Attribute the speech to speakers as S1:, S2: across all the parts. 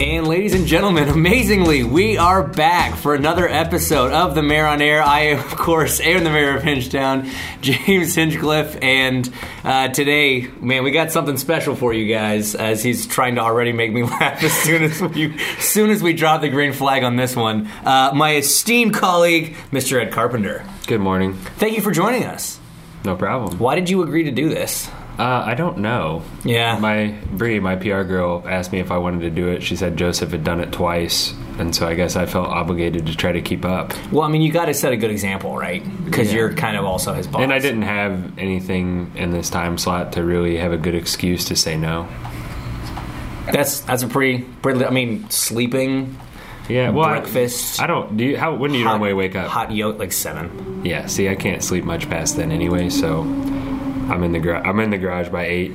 S1: And ladies and gentlemen, amazingly, we are back for another episode of The Mayor on Air. I, of course, am the Mayor of Hinchtown, James Hinchcliffe, and uh, today, man, we got something special for you guys. As he's trying to already make me laugh as soon as we, as soon as we drop the green flag on this one. Uh, my esteemed colleague, Mr. Ed Carpenter,
S2: Good morning.
S1: thank you for joining us.
S2: No problem.
S1: Why did you agree to do this?
S2: Uh, I don't know.
S1: Yeah.
S2: My Bree, my PR girl, asked me if I wanted to do it. She said Joseph had done it twice, and so I guess I felt obligated to try to keep up.
S1: Well, I mean, you got to set a good example, right? Because
S2: Yeah.
S1: you're kind of also his boss.
S2: And I didn't have anything in this time slot to really have a good excuse to say no.
S1: That's that's a pretty pretty. I mean, sleeping,
S2: Yeah. Well, I-
S1: breakfast.
S2: I, don't. Do you? How? When do you normally wake up?
S1: Hot yolk, like seven.
S2: Yeah. See, I can't sleep much past then anyway. So I'm in the garage. I'm in the garage by eight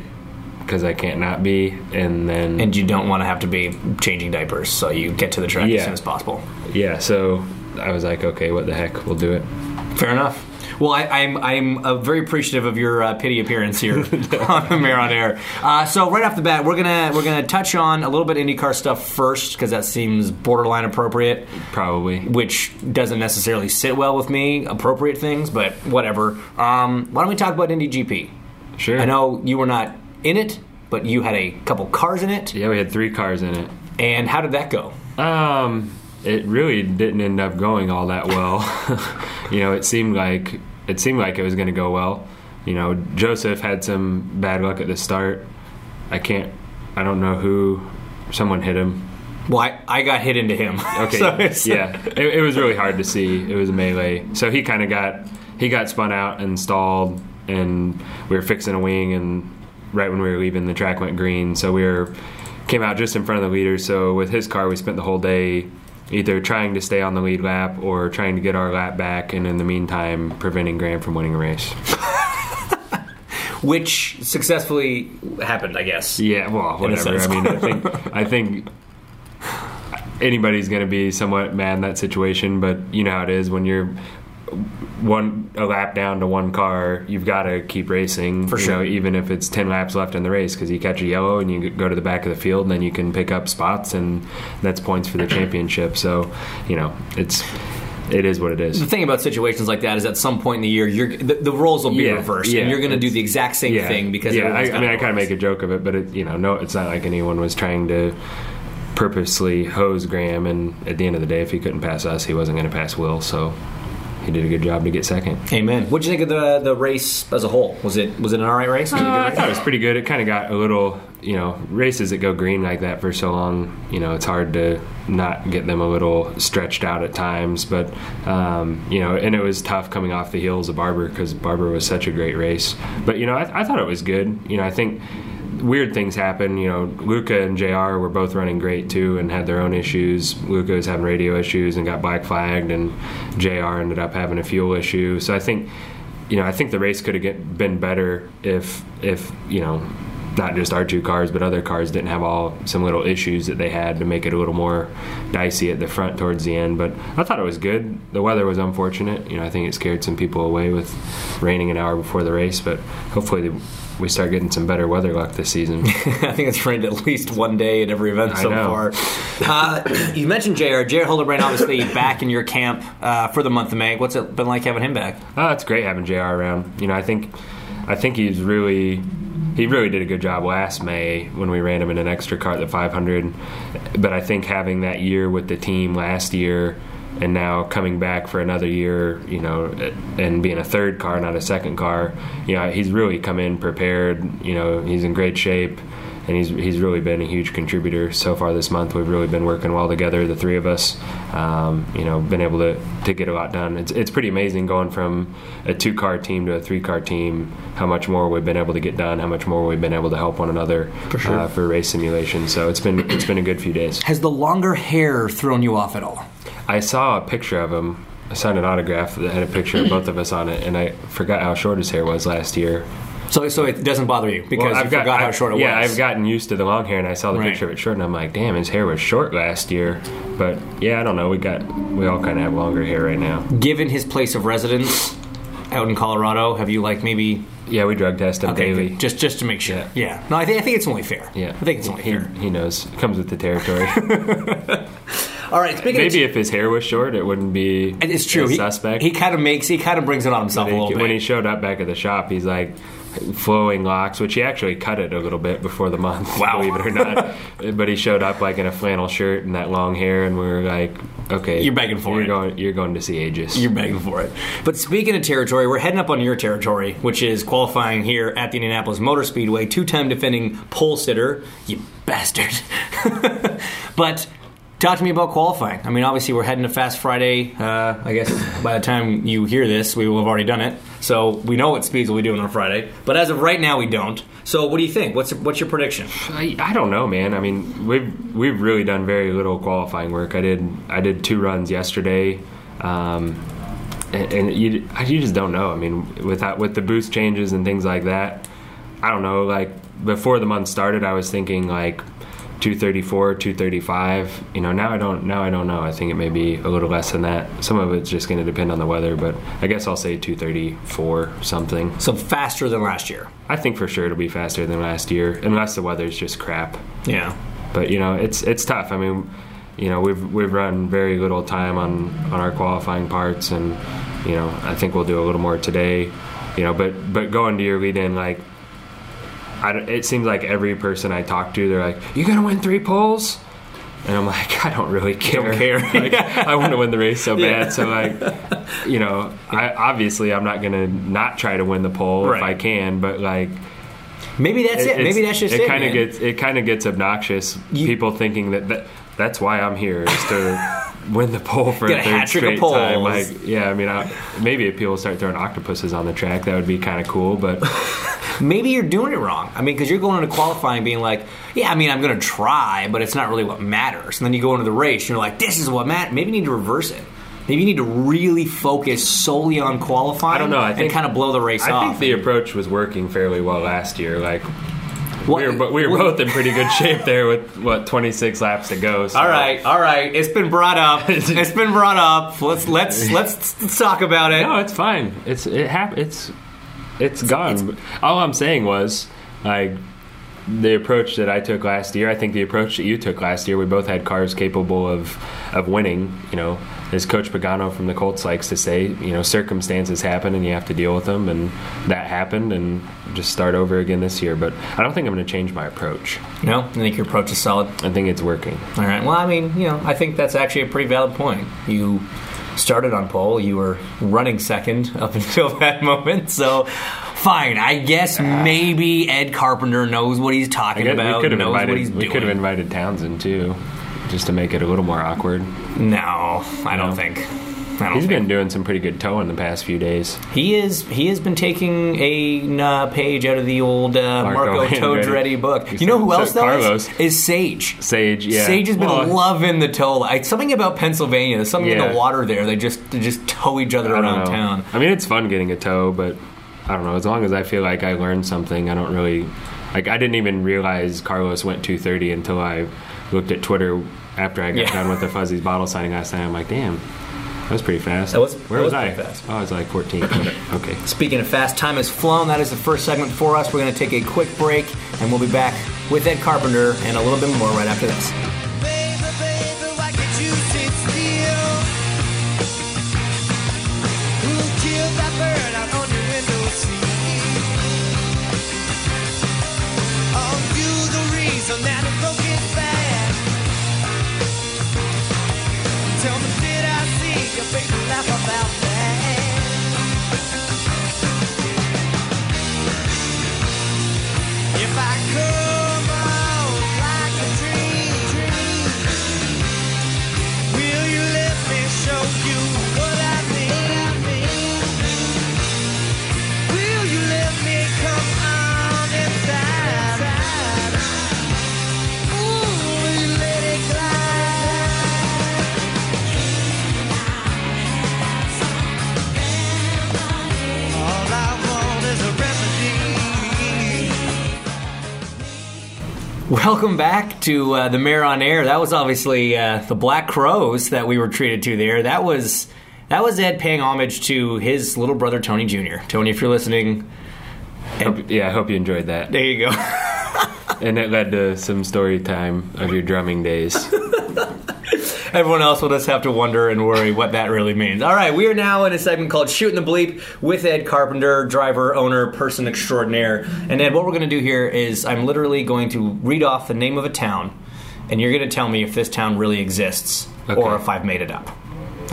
S2: because I can't not be, and then
S1: And you don't want to have to be changing diapers, so you get to the track as
S2: Yeah.
S1: soon as possible.
S2: yeah. So I was like, okay, what the heck? We'll do it.
S1: Fair enough. Well, I, I'm I'm uh, very appreciative of your uh, pity appearance here on the Mare on Air. Uh, so right off the bat, we're gonna we're gonna touch on a little bit IndyCar stuff first because that seems borderline appropriate.
S2: Probably.
S1: which doesn't necessarily sit well with me. Appropriate things, but whatever. Um, why don't we talk about Indy GP?
S2: Sure.
S1: I know you were not in it, but you had a couple cars in it.
S2: Yeah, we had three cars in it.
S1: And how did that go?
S2: Um, it really didn't end up going all that well. you know, it seemed like it seemed like it was going to go well. You know, Joseph had some bad luck at the start. I can't. I don't know who. Someone hit him.
S1: Well, I, I got hit into him.
S2: Okay.
S1: So it's-
S2: yeah. It, it was really hard to see. It was a melee. So he kind of got he got spun out and stalled, and we were fixing a wing, and right when we were leaving, the track went green. So we were came out just in front of the leader. So with his car, we spent the whole day either trying to stay on the lead lap or trying to get our lap back, and in the meantime, preventing Graham from winning a race.
S1: Which successfully happened, I guess.
S2: Yeah, well,
S1: In a
S2: whatever. I
S1: sense.
S2: mean, I think I think anybody's going to be somewhat mad in that situation, but you know how it is when you're one a lap down to one car, you've got to keep racing
S1: For
S2: you know,
S1: sure.
S2: even if it's ten laps left in the race, because you catch a yellow and you go to the back of the field, and then you can pick up spots, and that's points for the championship. So, you know, it's it is what it is.
S1: The thing about situations like that is at some point in the year, you're, the, the roles will be
S2: Yeah,
S1: reversed,
S2: yeah,
S1: and you're going to do
S2: it's-
S1: the exact same thing because
S2: yeah,
S1: everyone's
S2: I, I
S1: got
S2: mean, I kind of
S1: roles.
S2: make a joke of it, but it, you know, no, it's not like anyone was trying to purposely hose Graham. And at the end of the day, if he couldn't pass us, he wasn't going to pass Will. So he did a good job to get second.
S1: Amen. What do you think of the the race as a whole? Was it was it an all right race? Was it a good
S2: Uh, I
S1: race?
S2: thought it was pretty good. It kind of got a little, you know, races that go green like that for so long, you know, it's hard to not get them a little stretched out at times. But, um, you know, and it was tough coming off the heels of Barber because Barber was such a great race. But, you know, I, I thought it was good. You know, I think weird things happen. You know, Luca and JR were both running great too and had their own issues. Luca was having radio issues and got black flagged, and JR ended up having a fuel issue. So I think, you know, I think the race could have get, been better if, if you know, not just our two cars, but other cars didn't have all some little issues that they had to make it a little more dicey at the front towards the end. But I thought it was good. The weather was unfortunate. You know, I think it scared some people away with raining an hour before the race, but hopefully we start getting some better weather luck this season.
S1: I think it's rained at least one day at every event
S2: I
S1: so far.
S2: know.
S1: Uh, you mentioned JR. JR Hildebrand, obviously, back in your camp uh, for the month of May. What's it been like having him back?
S2: Oh, it's great having Jr. around. You know, I think, I think he's really, he really did a good job last May when we ran him in an extra car at the 500. But I think having that year with the team last year, and now coming back for another year, you know, and being a third car, not a second car, you know, he's really come in prepared. You know, he's in great shape. And he's, he's really been a huge contributor so far this month. We've really been working well together, the three of us. Um, you know, been able to, to get a lot done. It's, it's pretty amazing going from a two car team to a three car team. How much more we've been able to get done. How much more we've been able to help one another for,
S1: sure.
S2: uh, for race simulation. So it's been it's been a good few days.
S1: Has the longer hair thrown you off at all?
S2: I saw a picture of him. I signed an autograph that had a picture of both of us on it, and I forgot how short his hair was last year.
S1: So, so it doesn't bother you because
S2: Well,
S1: you forgot how
S2: I've-
S1: short it
S2: yeah,
S1: was.
S2: I've gotten used to the long hair, and I saw the
S1: Right.
S2: picture of it short, and I'm like, damn, his hair was short last year. But yeah, I don't know. We got we all kind of have longer hair right now.
S1: Given his place of residence out in Colorado? Have you like maybe
S2: Yeah, we drug test him
S1: okay,
S2: daily.
S1: good. just just to make sure?
S2: Yeah.
S1: Yeah. No, I think I think it's only fair.
S2: yeah,
S1: I think it's only
S2: he,
S1: fair.
S2: he knows. It comes with the territory.
S1: All right. Speaking
S2: Maybe
S1: of,
S2: if his hair was short, it wouldn't be.
S1: it's true.
S2: a
S1: He,
S2: suspect.
S1: he kind of makes he kind of brings it on himself a little bit.
S2: when he showed up back at the shop, he's like flowing locks, which he actually cut it a little bit before the month,
S1: Wow.
S2: believe it or not. but he showed up like in a flannel shirt and that long hair, and we were like, okay,
S1: You're begging for
S2: you're
S1: it.
S2: Going, you're going to see Aegis.
S1: You're begging for it. But speaking of territory, we're heading up on your territory, which is qualifying here at the Indianapolis Motor Speedway. Two time defending pole sitter, you bastard. but talk to me about qualifying. I mean, obviously, we're heading to Fast Friday. Uh, I guess by the time you hear this, we will have already done it. So we know what speeds we'll be doing on Friday. But as of right now, we don't. So what do you think? What's, what's your prediction?
S2: I, I don't know, man. I mean, we've we've really done very little qualifying work. I did I did two runs yesterday, um, and, and you I- you just don't know. I mean, without with the boost changes and things like that, I don't know. Like before the month started, I was thinking like. 234 235 you know now i don't now i don't know i think it may be a little less than that some of it's just going to depend on the weather but i guess i'll say 234 something
S1: So faster than last year.
S2: i think for sure it'll be faster than last year unless the weather's just crap
S1: Yeah.
S2: but you know it's it's tough. I mean, you know we've we've run very little time on on our qualifying parts, and you know I think we'll do a little more today. You know, but but going to your lead in like. I, don't- it seems like every person I talk to, they're like, "You gonna win three poles?" And I'm like, "I don't really care.
S1: care.
S2: like, I want to win the race so bad.
S1: Yeah.
S2: So like, you know, I obviously I'm not gonna not try to win the pole if
S1: Right.
S2: I can, but like,
S1: Maybe that's it.
S2: it's-
S1: Maybe that's just it.
S2: it. Kind of
S1: man.
S2: gets it kind of gets obnoxious.
S1: You-
S2: people thinking that, that that's why I'm here is to win the pole for
S1: Get a
S2: a third
S1: hat trick of
S2: straight time.
S1: poles.
S2: Like, yeah, I mean, I, maybe if people start throwing octopuses on the track, that would be kind of cool. But
S1: maybe you're doing it wrong. I mean, because you're going into qualifying being like, yeah, I mean, I'm going to try, but it's not really what matters. And then you go into the race and you're like, this is what matters. Maybe you need to reverse it. Maybe you need to really focus solely on qualifying.
S2: I don't know. I think-
S1: and kind of blow the race
S2: I
S1: off.
S2: think the approach was working fairly well last year. Like.
S1: What-
S2: we were, bo- we were
S1: what-
S2: both in pretty good shape there with what 26 laps to go. So
S1: All right, all right. It's been brought up. It's been brought up. Let's let's let's talk about it.
S2: No, it's fine. It's it hap- It's it's gone. All I'm saying was like the approach that I took last year. I think the approach that you took last year. We both had cars capable of of winning. You know, as Coach Pagano from the Colts likes to say, you know, circumstances happen and you have to deal with them, and that happened, and just start over again this year. But I don't think I'm going to change my approach.
S1: No, I think your approach is solid.
S2: I think it's working.
S1: All right. Well, I mean, you know, I think that's actually a pretty valid point. You started on pole. You were running second up until that moment. So, fine. I guess maybe Ed Carpenter knows what he's
S2: Ah. I
S1: talking
S2: guess
S1: about.
S2: we could have
S1: knows what he's
S2: invited. We
S1: doing.
S2: could have invited Townsend too, just to make it a little more awkward.
S1: No, I don't
S2: No.
S1: think. I don't
S2: He's
S1: think.
S2: been doing some pretty good towing the past few days.
S1: He is. He has been taking a uh, page out of the old uh,
S2: Marco
S1: Marco,
S2: Andretti.
S1: Todretti book.
S2: You
S1: You know
S2: said-
S1: who
S2: said
S1: else though is-
S2: Carlos.
S1: is Sage.
S2: Sage, yeah.
S1: Sage has been
S2: Well,
S1: loving the tow. Like, something about Pennsylvania. There's something in
S2: Yeah.
S1: the water there. They just they just tow each other
S2: I don't
S1: around
S2: know.
S1: town.
S2: I mean, it's fun getting a tow, but I don't know. As long as I feel like I learned something, I don't really like. I didn't even realize Carlos went 230 until I looked at Twitter after I got
S1: Yeah.
S2: done with the Fuzzies bottle signing last night. I'm like, damn, that was pretty fast.
S1: That was-
S2: Where
S1: that was
S2: was, I?
S1: pretty fast.
S2: Oh, I was like 14. okay.
S1: Speaking of fast, time has flown. That is the first segment for us. We're going to take a quick break, and we'll be back with Ed Carpenter and a little bit more right after this.
S3: Baby, baby, why can't you sit still? Who killed that bird out on your windowsill? Are you the reason that it broke its back? Tell me, did I see your baby laugh about that? If I come out like a dream, will you let me show you what I mean? Will you let me come on inside? Ooh, will you let it glide? All I want is a remedy.
S1: Welcome back to uh, the Mayor on Air. That was obviously uh, the Black Crows that we were treated to there. That was That was Ed paying homage to his little brother Tony Jr. Tony, if you're listening,
S2: Hope- yeah, I hope you enjoyed that.
S1: there you go.
S2: And it led to some story time of your drumming days.
S1: Everyone else will just have to wonder and worry what that really means. All right, we are now in a segment called Shooting the Bleep with Ed Carpenter, driver, owner, person extraordinaire. And Ed, what we're going to do here is I'm literally going to read off the name of a town, and you're going to tell me if this town really exists or
S2: Okay.
S1: if I've made it up.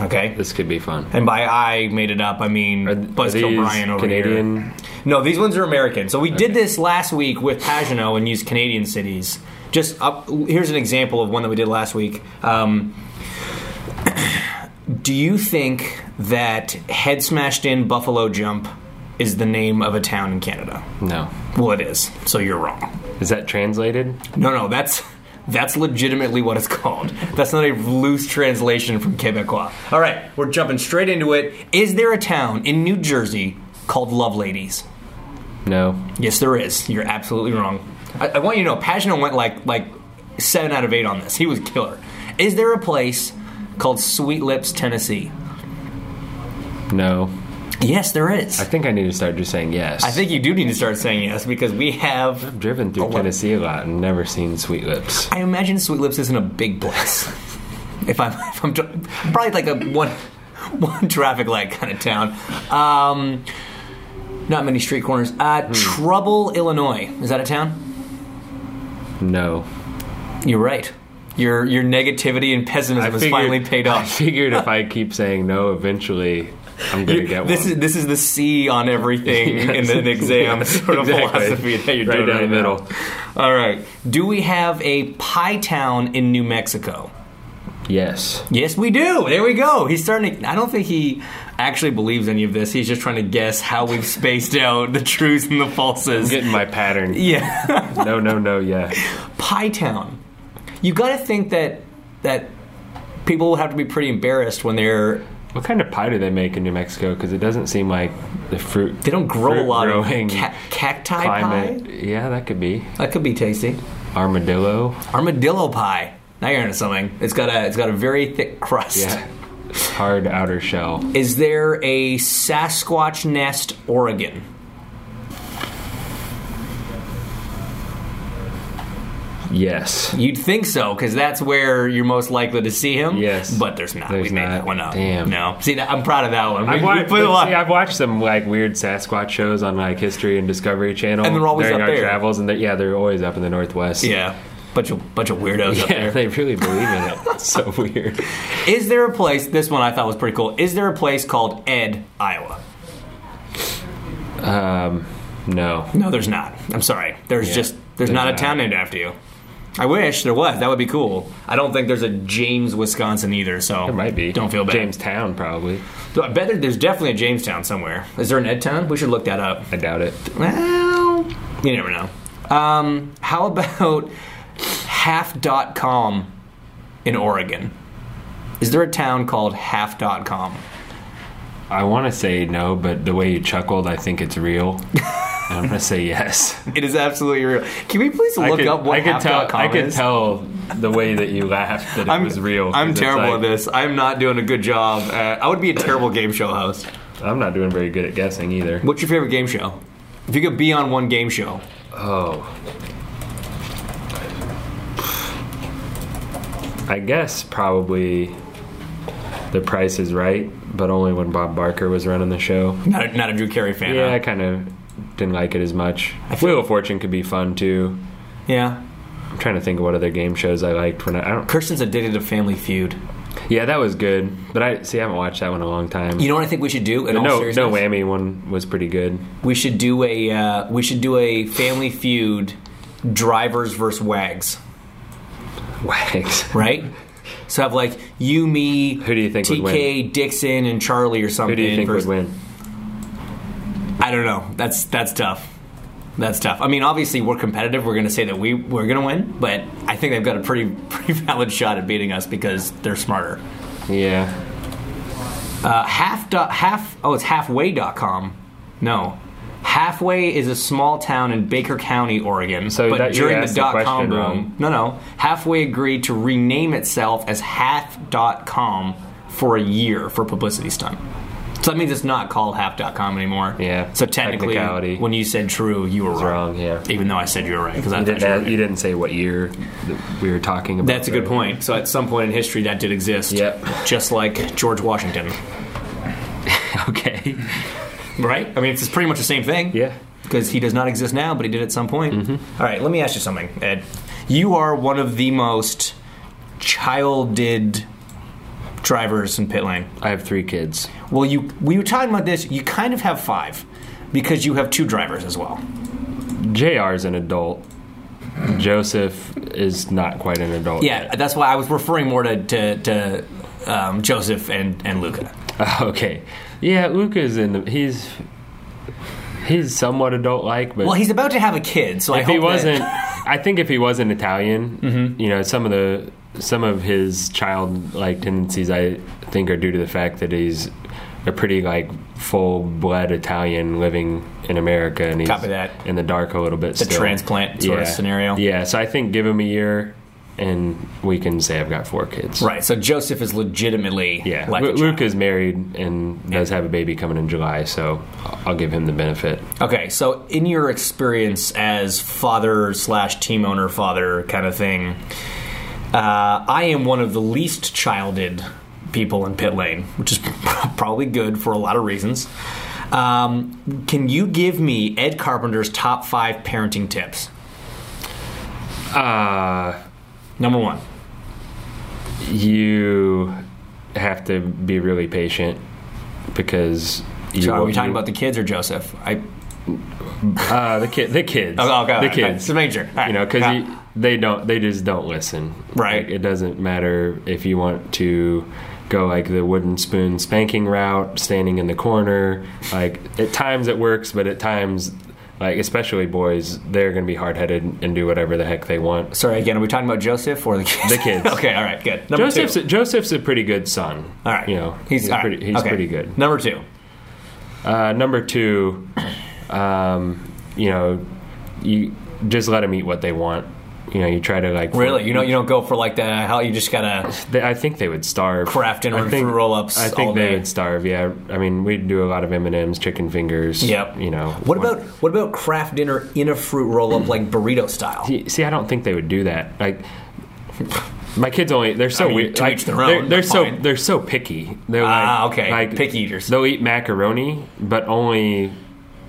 S1: Okay?
S2: This could be fun.
S1: And by I made it up, I mean
S2: Are- are these
S1: Buzzkill O'Brien over
S2: Canadian?
S1: here. No, these ones are American. So we did this last week with Pagano and used Canadian cities. Just up, here's an example of one that we did last week. Um, do you think that Head Smashed In Buffalo Jump is the name of a town in Canada?
S2: No.
S1: Well, it is. So you're wrong.
S2: Is that translated?
S1: No, no, that's that's legitimately what it's called. That's not a loose translation from Quebecois. All right, we're jumping straight into it. Is there a town in New Jersey called Love Ladies?
S2: No.
S1: Yes, there is. You're absolutely wrong. I, I want you to know, Pagano went like like seven out of eight on this. He was killer. Is there a place called Sweet Lips, Tennessee?
S2: No.
S1: Yes, there is.
S2: I think I need to start just saying yes.
S1: I think Oh, you do need to start saying yes because we have.
S2: I've driven through
S1: lot.
S2: Tennessee a lot and never seen Sweet Lips.
S1: I imagine Sweet Lips isn't a big place. if I'm, if I'm dr- probably like a one, one traffic light kind of town. Um, not many street corners. Uh,
S2: Hmm.
S1: Trouble, Illinois. Is that a town?
S2: No.
S1: You're right. Your your negativity and pessimism has finally paid
S2: I
S1: off.
S2: figured if I keep saying no, eventually I'm gonna get
S1: this
S2: one.
S1: is this is the C on everything in an exam sort of
S2: exactly.
S1: philosophy that you're
S2: Right
S1: doing
S2: down
S1: right
S2: the
S1: now.
S2: middle.
S1: All right. Do we have a pie town in New Mexico?
S2: yes.
S1: Yes, we do. There we go. He's starting to. I don't think he actually believes any of this. He's just trying to guess how we've spaced out the truths and the falses.
S2: Getting my pattern.
S1: Yeah.
S2: No, no, no, yeah.
S1: Pie Town. You got to think that that people will have to be pretty embarrassed when they're.
S2: What kind of pie do they make in New Mexico? Because it doesn't seem like the fruit.
S1: They don't grow a lot of
S2: Fruit-growing
S1: ca- cacti
S2: climate.
S1: pie.
S2: Yeah, that could be
S1: That could be tasty.
S2: armadillo.
S1: Armadillo pie. Now you're into something. It's got a it's got a very thick crust.
S2: Yeah, hard outer shell.
S1: Is there a Sasquatch Nest, Oregon?
S2: Yes.
S1: You'd think so, because that's where you're most likely to see him.
S2: Yes.
S1: but there's not.
S2: There's
S1: we made
S2: not.
S1: that one up.
S2: Damn.
S1: No, see, I'm proud of that one. We,
S2: I've
S1: we
S2: watched,
S1: put a lot-
S2: see, I've watched some like weird Sasquatch shows on like History and Discovery Channel,
S1: And they're always
S2: during
S1: up
S2: our
S1: there.
S2: travels, and they, yeah, they're always up in the Northwest.
S1: yeah, bunch of bunch of weirdos up
S2: yeah,
S1: there.
S2: they really believe in it. It's so weird.
S1: Is there a place? This one I thought was pretty cool. Is there a place called Ed, Iowa?
S2: Um, no,
S1: No, there's not. I'm sorry. There's
S2: Yeah.
S1: just there's,
S2: There's
S1: not, a
S2: not.
S1: town named after you. I wish there was. That would be cool. I don't think there's a James, Wisconsin either. So
S2: there might be.
S1: Don't feel bad.
S2: Jamestown, probably.
S1: Though I bet there- there's definitely a Jamestown somewhere. Is there an Ed town? We should look that up.
S2: I doubt it.
S1: Well, you never know. Um, how about half.com in Oregon? Is there a town called half.com?
S2: I want to say no, but the way you chuckled, I think it's real. And I'm gonna say yes.
S1: It is absolutely real. Can we please
S2: I
S1: look
S2: could-
S1: up what
S2: I could
S1: half.com
S2: tell. I could
S1: is?
S2: tell the way that you laughed that it
S1: I'm,
S2: was real. 'cause
S1: I'm
S2: it's
S1: terrible
S2: like,
S1: at this. I'm not doing a good job. At, I would be a terrible game show host.
S2: I'm not doing very good at guessing either.
S1: What's your favorite game show? If you could be on one game show,
S2: Oh. I guess probably The Price is Right, but only when Bob Barker was running the show.
S1: not a, not a Drew Carey fan.
S2: Yeah, I
S1: huh?
S2: kind of didn't like it as much.
S1: feel-
S2: Wheel of Fortune could be fun too.
S1: yeah.
S2: I'm trying to think of what other game shows I liked when I, I don't.
S1: Kirsten's addicted to Family Feud.
S2: Yeah, that was good, but I see I haven't watched that one in a long time.
S1: You know what I think we should do? In
S2: The
S1: all
S2: no,
S1: seriousness?
S2: no whammy one was pretty good.
S1: We should do a uh, we should do a Family Feud drivers versus wags,
S2: Wags.
S1: right? So have like you, me,
S2: Who do you think
S1: TK,
S2: would win?
S1: Dixon, and Charlie or something.
S2: Who do you think would
S1: versus-
S2: win?
S1: I don't know. That's that's tough. That's tough. I mean, obviously we're competitive. We're going to say that we we're going to win, but I think they've got a pretty pretty valid shot at beating us because they're smarter.
S2: Yeah,
S1: Uh, half dot half oh it's halfway.com. No. Halfway is a small town in Baker County, Oregon.
S2: So
S1: but
S2: that- you
S1: during the
S2: asked the
S1: dot com
S2: question
S1: boom,
S2: wrong.
S1: no, no. Halfway agreed to rename itself as half.com for a year for publicity stunt. So that means it's not called half.com anymore.
S2: Yeah,
S1: So technically,
S2: technicality.
S1: when you said true, you were wrong.
S2: wrong, yeah.
S1: Even though I said you were right because I
S2: You
S1: thought
S2: didn't,
S1: you were
S2: ask-
S1: right.
S2: you didn't say what year that we were talking about.
S1: That's a good
S2: right?
S1: point. So at some point in history, that did exist.
S2: Yep.
S1: Just like George Washington,
S2: Okay.
S1: right? I mean, it's pretty much the same thing.
S2: Yeah.
S1: Because he does not exist now, but he did at some point. All right, let me ask you something, Ed. You are one of the most childed drivers in pit lane.
S2: I have three kids.
S1: Well, you we were talking about this. You kind of have five because you have two drivers as well.
S2: JR is an adult. Joseph is not quite an adult.
S1: Yeah, that's why I was referring more to to, to um, Joseph and and Luca.
S2: yet. Okay. Yeah, Luca's in the. He's. He's somewhat adult like, but
S1: Well, he's about to have a kid, so I
S2: if
S1: hope
S2: he
S1: that- Mm-hmm.
S2: wasn't i think if he wasn't italian you know some of the some of his childlike tendencies i think are due to the fact that he's a pretty like full-blood italian living in america and he's
S1: Copy that.
S2: in the dark a little bit
S1: The transplant sort of scenario.
S2: yeah so i think give him a year and we can say i've got four kids
S1: Right, so Joseph is legitimately
S2: yeah
S1: like a
S2: Lu-
S1: child.
S2: luke is married and does have a baby coming in july so i'll give him the benefit
S1: Okay, so in your experience as father slash team owner father kind of thing, uh, I am one of the least childed people in pit lane, which is probably good for a lot of reasons. Um, can you give me Ed Carpenter's top five parenting tips?
S2: uh
S1: Number one.
S2: you have to be really patient because you
S1: So are we
S2: you-
S1: talking about the kids or Joseph? I
S2: uh, the kid the kids
S1: oh, okay,
S2: the
S1: okay,
S2: kids
S1: so make sure. All right, Uh,
S2: you know because
S1: yeah.
S2: they don't they just don't listen
S1: Right.
S2: Like, it doesn't matter if you want to go like the wooden spoon spanking route standing in the corner like at times it works but at times like especially boys they're gonna be hard-headed and do whatever the heck they want
S1: Sorry again. Are we talking about Joseph or the kids?
S2: The kids.
S1: okay, all right, good. Number two.
S2: Joseph's a, Joseph's a pretty good son
S1: All right.
S2: you know
S1: he's, all right,
S2: pretty he's
S1: okay.
S2: pretty good
S1: Number two.
S2: Uh, number two, um, you know, you just let them eat what they want. You know, you try to like
S1: Really, you know, you don't go for like the how you just gotta.
S2: They, I think they would starve.
S1: Kraft and
S2: I
S1: run
S2: think-
S1: through roll-ups
S2: I think
S1: all
S2: they
S1: day.
S2: would starve. Yeah, I mean, we'd do a lot of M and M's, chicken fingers.
S1: Yep.
S2: You know.
S1: What
S2: one-
S1: about what about craft dinner in a fruit roll up like burrito style?
S2: See- See, I don't think they would do that. Like. My kids only—they're so
S1: I mean,
S2: weird.
S1: to
S2: Like,
S1: each their own,
S2: They're, they're
S1: that's
S2: so
S1: fine.
S2: they're so picky. They're
S1: Ah,
S2: like,
S1: okay,
S2: like
S1: picky eaters.
S2: They'll eat macaroni, but only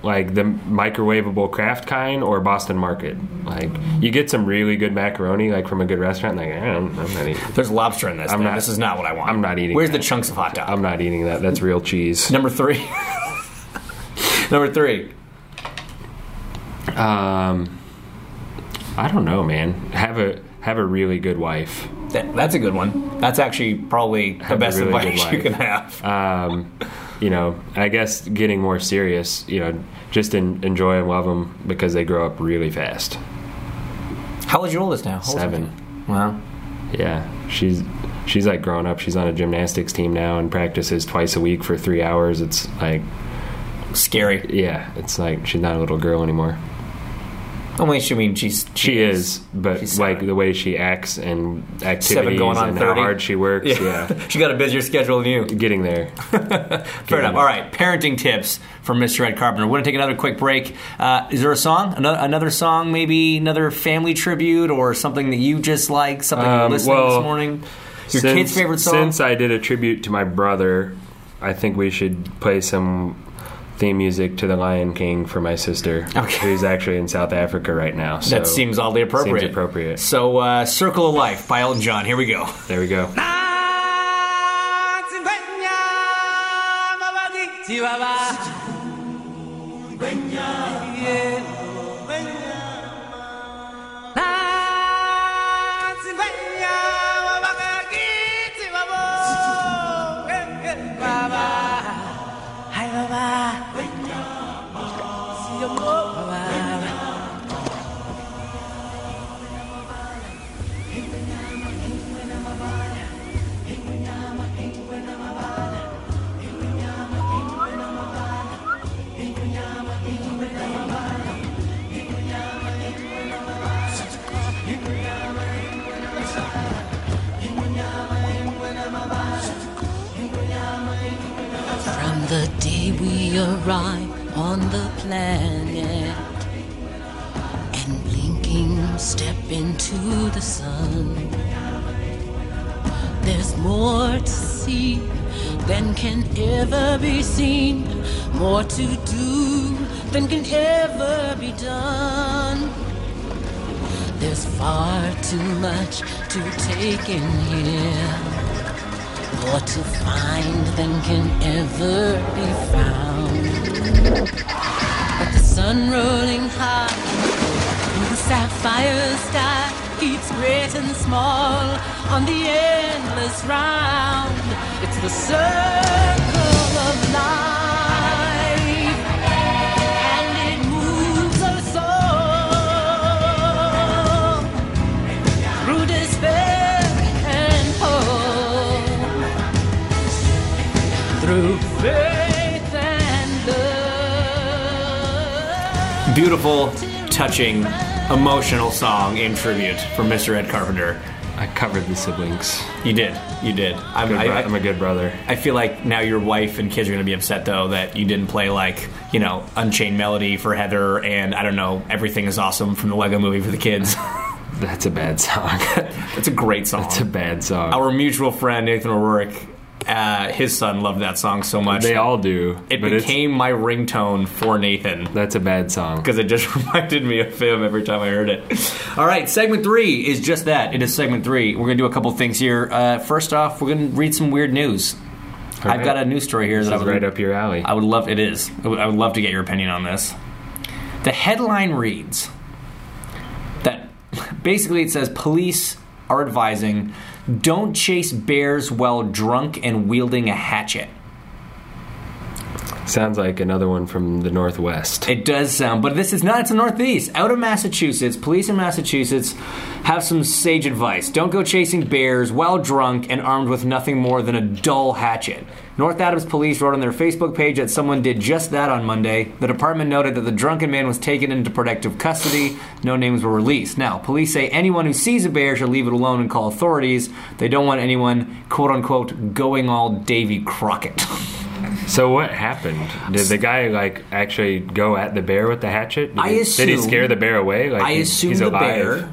S2: like the microwavable craft kind or Boston Market. Like you get some really good macaroni, like from a good restaurant. Like I don't, I'm not eating.
S1: There's lobster in this.
S2: I'm
S1: thing.
S2: not-
S1: this is not what I want.
S2: I'm not eating
S1: Where's
S2: that.
S1: the chunks of hot dog?
S2: I'm not eating that. That's real cheese.
S1: Number three. Number three.
S2: Um, I don't know, man. Have a have a really good wife.
S1: That, that's a good one. That's actually probably the
S2: Have a
S1: best
S2: really good
S1: advice you
S2: life.
S1: can have.
S2: um, you know, I guess getting more serious, you know, just en- enjoy and love them because they grow up really fast.
S1: How old is your oldest now? How old is
S2: Seven.
S1: it? Wow.
S2: Yeah, she's she's like grown up. She's on a gymnastics team now and practices twice a week for three hours. It's like,
S1: Scary.
S2: yeah, it's like she's not a little girl anymore.
S1: Only she I mean she's
S2: She is, but
S1: She's
S2: like
S1: seven.
S2: the way she acts and activities
S1: going on
S2: and
S1: 30.
S2: how hard she works, yeah.
S1: she got a busier schedule than you.
S2: Getting there.
S1: Fair enough. All right, parenting tips from Mr. Ed Carpenter. We're going to take another quick break. Uh, is there a song? Another, another song, maybe another family tribute or something that you just like, something you
S2: Um,
S1: were listening
S2: well,
S1: this morning? Your kid's favorite song?
S2: Since I did a tribute to my brother, I think we should play some theme music to The Lion King for my sister,
S1: Okay.
S2: who's actually in South Africa right now. So
S1: that seems oddly appropriate.
S2: Seems appropriate.
S1: So, uh, Circle of Life by Elton John. Here we go.
S2: There we go.
S4: your eye on the planet and blinking step into the sun. There's more to see than can ever be seen, more to do than can ever be done. There's far too much to take in here. More to find than can ever be found. But the sun rolling high through the sapphire sky keeps great and small on the endless round. It's the circle of life and it moves us all through despair and hope, through faith and love.
S1: Beautiful, touching, emotional song in tribute from Mr. Ed Carpenter.
S2: I covered the siblings.
S1: You did. You did. I'm,
S2: Good
S1: I,
S2: bro-
S1: I,
S2: I'm a good brother.
S1: I feel like now your wife and kids are going to be upset though that you didn't play like you know Unchained Melody for Heather and I don't know Everything is Awesome from the Lego Movie for the kids.
S2: That's a bad song.
S1: That's a great song.
S2: That's a bad song.
S1: Our mutual friend Nathan O'Rourke, uh, his son loved that song so much.
S2: they all do.
S1: it
S2: but it's-
S1: became my ringtone for Nathan
S2: that's a bad song.
S1: because it just reminded me of him every time I heard it. All right, segment three is just that. It is segment three. We're gonna do a couple things here. Uh, first off, we're gonna read some weird news. I've
S2: right.
S1: got a news story here that I
S2: It's
S1: would
S2: right up your alley.
S1: I would love it is. I would I would love to get your opinion on this. The headline reads that basically it says police are advising don't chase bears while drunk and wielding a hatchet.
S2: Sounds like another one from the Northwest.
S1: It does sound, but this is not. It's the Northeast. Out of Massachusetts, police in Massachusetts have some sage advice. Don't go chasing bears while drunk and armed with nothing more than a dull hatchet. North Adams police wrote on their Facebook page that someone did just that on Monday. The department noted that the drunken man was taken into protective custody. No names were released. Now, police say anyone who sees a bear should leave it alone and call authorities. They don't want anyone, quote unquote, going all Davy Crockett.
S2: So what happened? Did the guy like actually go at the bear with the hatchet? Did,
S1: I
S2: he, did he
S1: assume-
S2: scare the bear away? Like
S1: I
S2: he's-
S1: assume
S2: he's
S1: the
S2: alive.
S1: bear.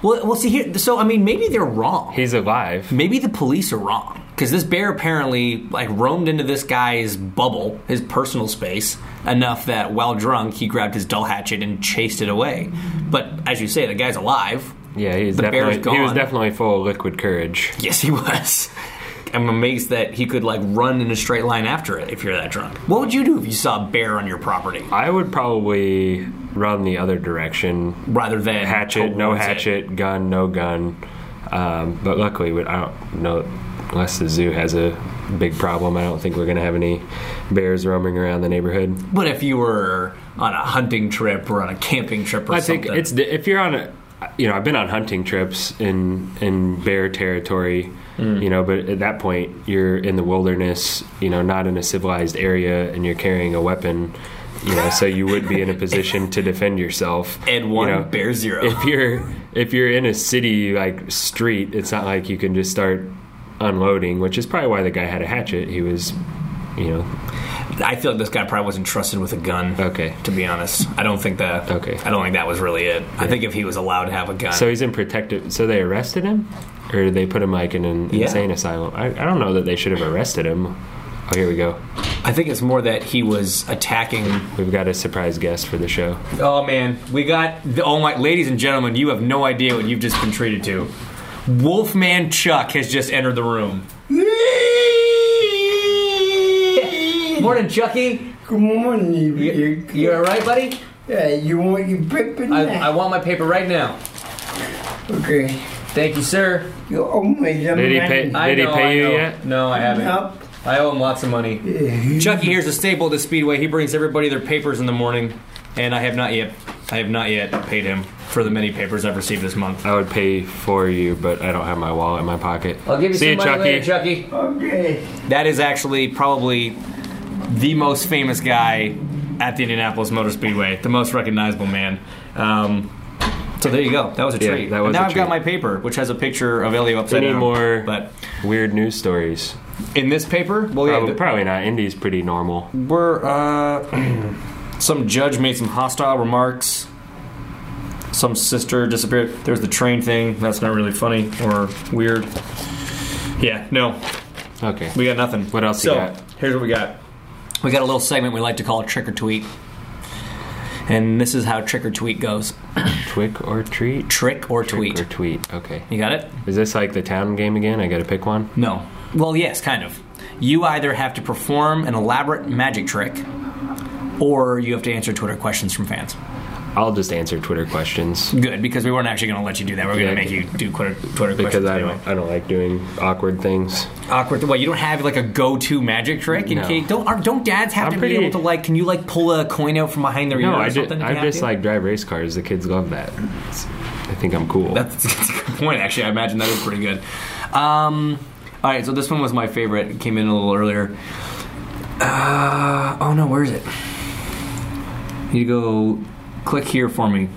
S1: Well, well, see here. So I mean, maybe they're wrong.
S2: He's alive.
S1: maybe the police are wrong because this bear apparently like roamed into this guy's bubble, his personal space, enough that while drunk he grabbed his dull hatchet and chased it away. But as you say, the guy's alive.
S2: Yeah, he's
S1: The bear's
S2: definitely he was
S1: gone.
S2: definitely full of liquid courage.
S1: Yes, he was. I'm amazed that he could like run in a straight line after it if you're that drunk. What would you do if you saw a bear on your property
S2: I would probably run the other direction.
S1: rather than
S2: Hatchet, no
S1: towards it?
S2: hatchet, gun, no gun. Um, but luckily, we, I don't know unless the zoo has a big problem. I don't think we're gonna have any bears roaming around the neighborhood.
S1: But if you were on a hunting trip or on a camping trip or
S2: I
S1: something,
S2: think it's di- if you're on a, you know, I've been on hunting trips in in bear territory,
S1: Mm.
S2: you know, but at that point you're in the wilderness, you know, not in a civilized area, and you're carrying a weapon, you know, so you would be in a position to defend yourself.
S1: Ed
S2: you
S1: one,
S2: know.
S1: bear zero.
S2: If you're if you're in a city like street, it's not like you can just start unloading, which is probably why the guy had a hatchet. He was, you know,
S1: I feel like this guy probably wasn't trusted with a gun.
S2: Okay.
S1: To be honest, I don't think that.
S2: Okay.
S1: I don't think that was really it. I think if he was allowed to have a gun,
S2: So he's in protective. So they arrested him, or did they put him like in an
S1: Yeah.
S2: insane asylum? I, I don't know that they should have arrested him. Oh, here we go.
S1: I think it's more that he was attacking.
S2: We've got a surprise guest for the show.
S1: Oh man, we got the, oh my, ladies and gentlemen, you have no idea what you've just been treated to. Wolfman Chuck has just entered the room. Morning, Chucky.
S5: Good morning, you.
S1: You, you all right, buddy?
S5: Yeah, you want your paper
S1: I, I
S5: now?
S1: want my paper right now.
S5: okay.
S1: Thank you, sir.
S5: You owe me some
S2: Did he
S5: money.
S2: pay?
S1: I
S2: did
S1: know,
S2: he pay
S1: I
S2: you
S1: know.
S2: yet?
S1: No, I haven't.
S5: Nope.
S1: I owe him lots of money. Chucky here's a staple at the Speedway. He brings everybody their papers in the morning, and I have not yet, I have not yet paid him for the many papers I've received this month.
S2: I would pay for you, but I don't have my wallet in my pocket.
S1: I'll give you
S2: See
S1: some money
S2: Chucky.
S1: later, Chucky.
S5: Okay.
S1: That is actually probably the most famous guy at the Indianapolis Motor Speedway, the most recognizable man. Um, So there you go. That was a
S2: Yeah,
S1: treat.
S2: that was
S1: now
S2: a
S1: I've got
S2: treat.
S1: my paper, which has a picture of Elio upside
S2: Any
S1: down.
S2: more
S1: But
S2: weird news stories?
S1: in this paper, well, yeah,
S2: Probably,
S1: the-
S2: probably not. Indy's pretty normal.
S1: We're uh, some judge made some hostile remarks. Some sister disappeared. There's the train thing. That's not really funny or weird. Yeah, no,
S2: Okay.
S1: we got nothing.
S2: What else you
S1: So
S2: got?
S1: here's what we got. We got a little segment we like to call trick or tweet, and this is how trick or tweet goes:
S2: Twick or treat?
S1: trick or
S2: Trick
S1: tweet.
S2: or tweet. Okay.
S1: you got it?
S2: Is this like the town game again? I got to pick one.
S1: No. Well, yes, kind of. You either have to perform an elaborate magic trick, or you have to answer Twitter questions from fans.
S2: I'll just answer Twitter questions
S1: Good, because we weren't actually going to let you do that. We are
S2: Yeah,
S1: going to make you do Twitter, Twitter
S2: because
S1: questions
S2: I
S1: anyway.
S2: don't I don't like doing awkward things.
S1: Awkward. Well, you don't have like a go-to magic trick. In
S2: No.
S1: case don't are, don't dads have
S2: I'm
S1: to be
S2: pretty-
S1: able to like? Can you like pull a coin out from behind their
S2: No,
S1: ear or
S2: I just
S1: something? if you
S2: I
S1: have
S2: just
S1: to?
S2: like drive race cars. The kids love that. It's- I think I'm cool.
S1: That's, that's a good point. Actually, I imagine that was pretty good. Um, all right, so this one was my favorite. It came in a little earlier. Uh, oh no, where is it? You go click here for me.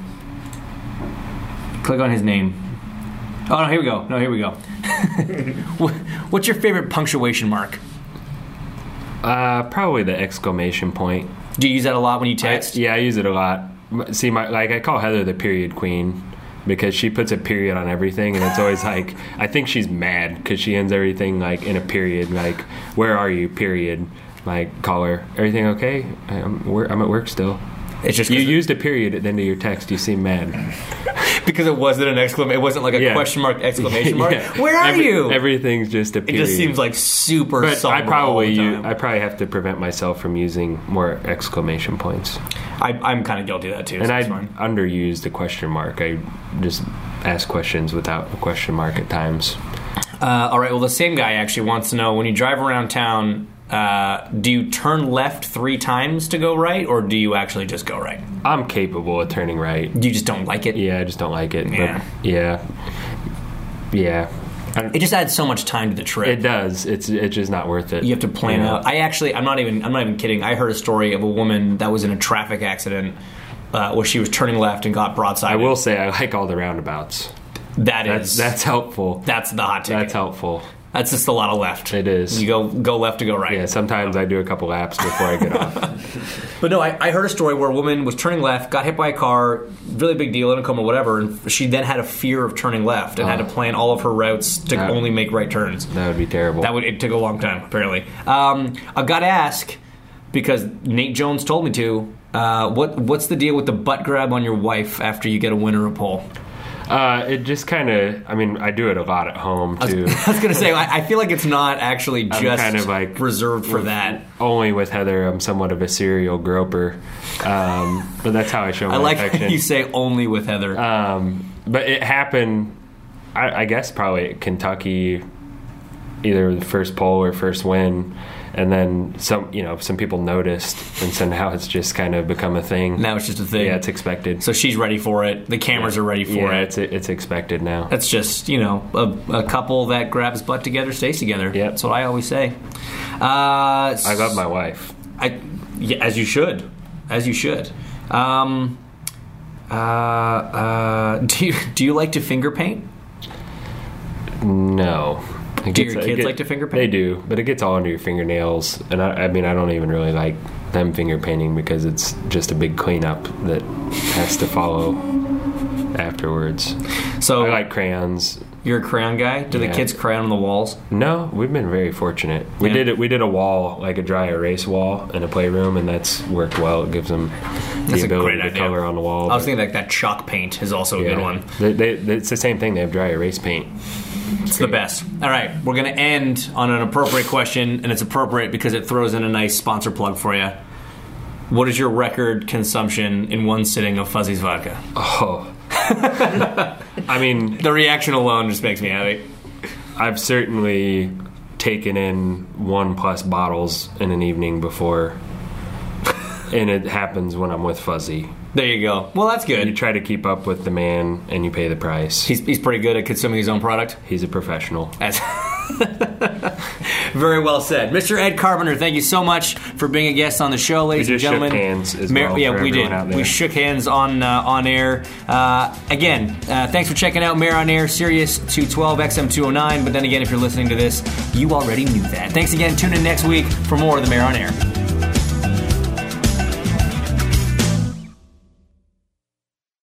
S1: Click on his name. Oh no, here we go. No, here we go. What- What's your favorite punctuation mark?
S2: uh, probably the exclamation point.
S1: Do you use that a lot when you
S2: I-
S1: text?
S2: yeah, I use it a lot. M- See, my like I call Heather the period queen because she puts a period on everything, and it's always like I think she's mad because she ends everything like in a period. Like, where are you? Period. Like, call her. Everything okay? I'm, wor- I'm at work still.
S1: It's just
S2: You
S1: 'cause-
S2: used a period at the end of your text. You seem mad.
S1: because it wasn't an exclamation. It wasn't like a
S2: Yeah.
S1: question mark exclamation mark.
S2: Yeah.
S1: Where are
S2: Every-
S1: you?
S2: Everything's just a
S1: it
S2: period.
S1: just seems like super.
S2: But I
S1: somber all
S2: probably
S1: the
S2: u-
S1: time.
S2: I probably have to prevent myself from using more exclamation points.
S1: I, I'm kind of guilty of that too.
S2: And
S1: so
S2: I
S1: it's fine.
S2: underuse the question mark. I just ask questions without a question mark at times.
S1: Uh, all right. Well, the same guy actually wants to know when you drive around town, uh, do you turn left three times to go right, or do you actually just go right?
S2: I'm capable of turning right.
S1: You just don't like it.
S2: Yeah, I just don't like it.
S1: Yeah.
S2: But yeah. Yeah. I-
S1: It just adds so much time to the trip.
S2: it does. It's it's just not worth it.
S1: you have to plan
S2: Yeah.
S1: out. I actually, I'm not even, I'm not even kidding. I heard a story of a woman that was in a traffic accident uh, where she was turning left and got broadside.
S2: I will say I like all the roundabouts.
S1: That
S2: That's
S1: is that's
S2: that's helpful.
S1: that's the hot ticket. That's,
S2: That's helpful.
S1: just a lot of left.
S2: It is.
S1: You go go left to go right.
S2: Yeah, sometimes I do a couple laps before I get off.
S1: But no, I, I heard a story where a woman was turning left, got hit by a car, really big deal, in a coma, whatever, and she then had a fear of turning left and had
S2: Uh-huh.
S1: to plan all of her routes to
S2: That-
S1: only make right turns.
S2: That would be terrible.
S1: That would it took a long time, apparently. Um, I've got to ask because Nate Jones told me to. Uh, what what's the deal with the butt grab on your wife after you get a win or a poll?
S2: Uh, it just kind of. I mean, I do it a lot at home too.
S1: I was gonna say I, I feel like it's not actually just
S2: kind of like-
S1: reserved for that.
S2: Only with Heather, I'm somewhat of a serial groper, um, but that's how I show my
S1: I like how
S2: affection.
S1: you say only with Heather.
S2: um, but it happened, I, I guess, probably at Kentucky, either the first poll or first win, and then some. You know, some people noticed, and so now it's just kind of become a thing.
S1: now it's just a thing.
S2: yeah, it's expected.
S1: so she's ready for it. The cameras are ready for
S2: yeah,
S1: it.
S2: it's it's expected now.
S1: That's just, you know, a, a couple that grabs butt together stays together.
S2: Yep.
S1: That's what I always say. Uh,
S2: I love my wife.
S1: I, yeah, as you should. As you should. Um, uh, uh, do, you, do you like to finger paint?
S2: No. It
S1: Do your
S2: it
S1: kids like to finger paint?
S2: They do, but it gets all under your fingernails, and I, I mean, I don't even really like them finger painting because it's just a big cleanup that has to follow afterwards.
S1: So
S2: I like crayons.
S1: you're a crayon guy? Do
S2: Yeah.
S1: the kids crayon on the walls?
S2: No, we've been very fortunate. We
S1: Yeah.
S2: did it. We did a wall, like a dry erase wall, in a playroom, and that's worked well. It gives them
S1: That's
S2: the
S1: a
S2: ability
S1: great
S2: to
S1: idea.
S2: color on the wall.
S1: I was
S2: but-
S1: thinking like that chalk paint is also a
S2: yeah.
S1: good one.
S2: They, they, they- it's the same thing. They have dry erase paint.
S1: It's the best. All right, we're going to end on an appropriate question, and it's appropriate because it throws in a nice sponsor plug for you. What is your record consumption in one sitting of Fuzzy's vodka?
S2: Oh, I mean,
S1: The reaction alone just makes me happy.
S2: I've certainly taken in one plus bottles in an evening before, and it happens when I'm with Fuzzy.
S1: There you go. Well, that's
S2: You
S1: good.
S2: try to keep up with the man, and you pay the price.
S1: He's, he's pretty good at consuming his own product.
S2: He's a professional.
S1: That's- Very well said. Mr. Ed Carpenter, thank you so much for being a guest on the show, ladies
S2: just
S1: and
S2: shook
S1: gentlemen.
S2: hands as well
S1: yeah,
S2: for
S1: we
S2: everyone
S1: did.
S2: out there.
S1: We shook hands on uh, on air. Uh, again, uh, thanks for checking out Mare on Air, Sirius 212 XM209. But then again, if you're listening to this, you already knew that. Thanks again. Tune in next week for more of the Mare on Air.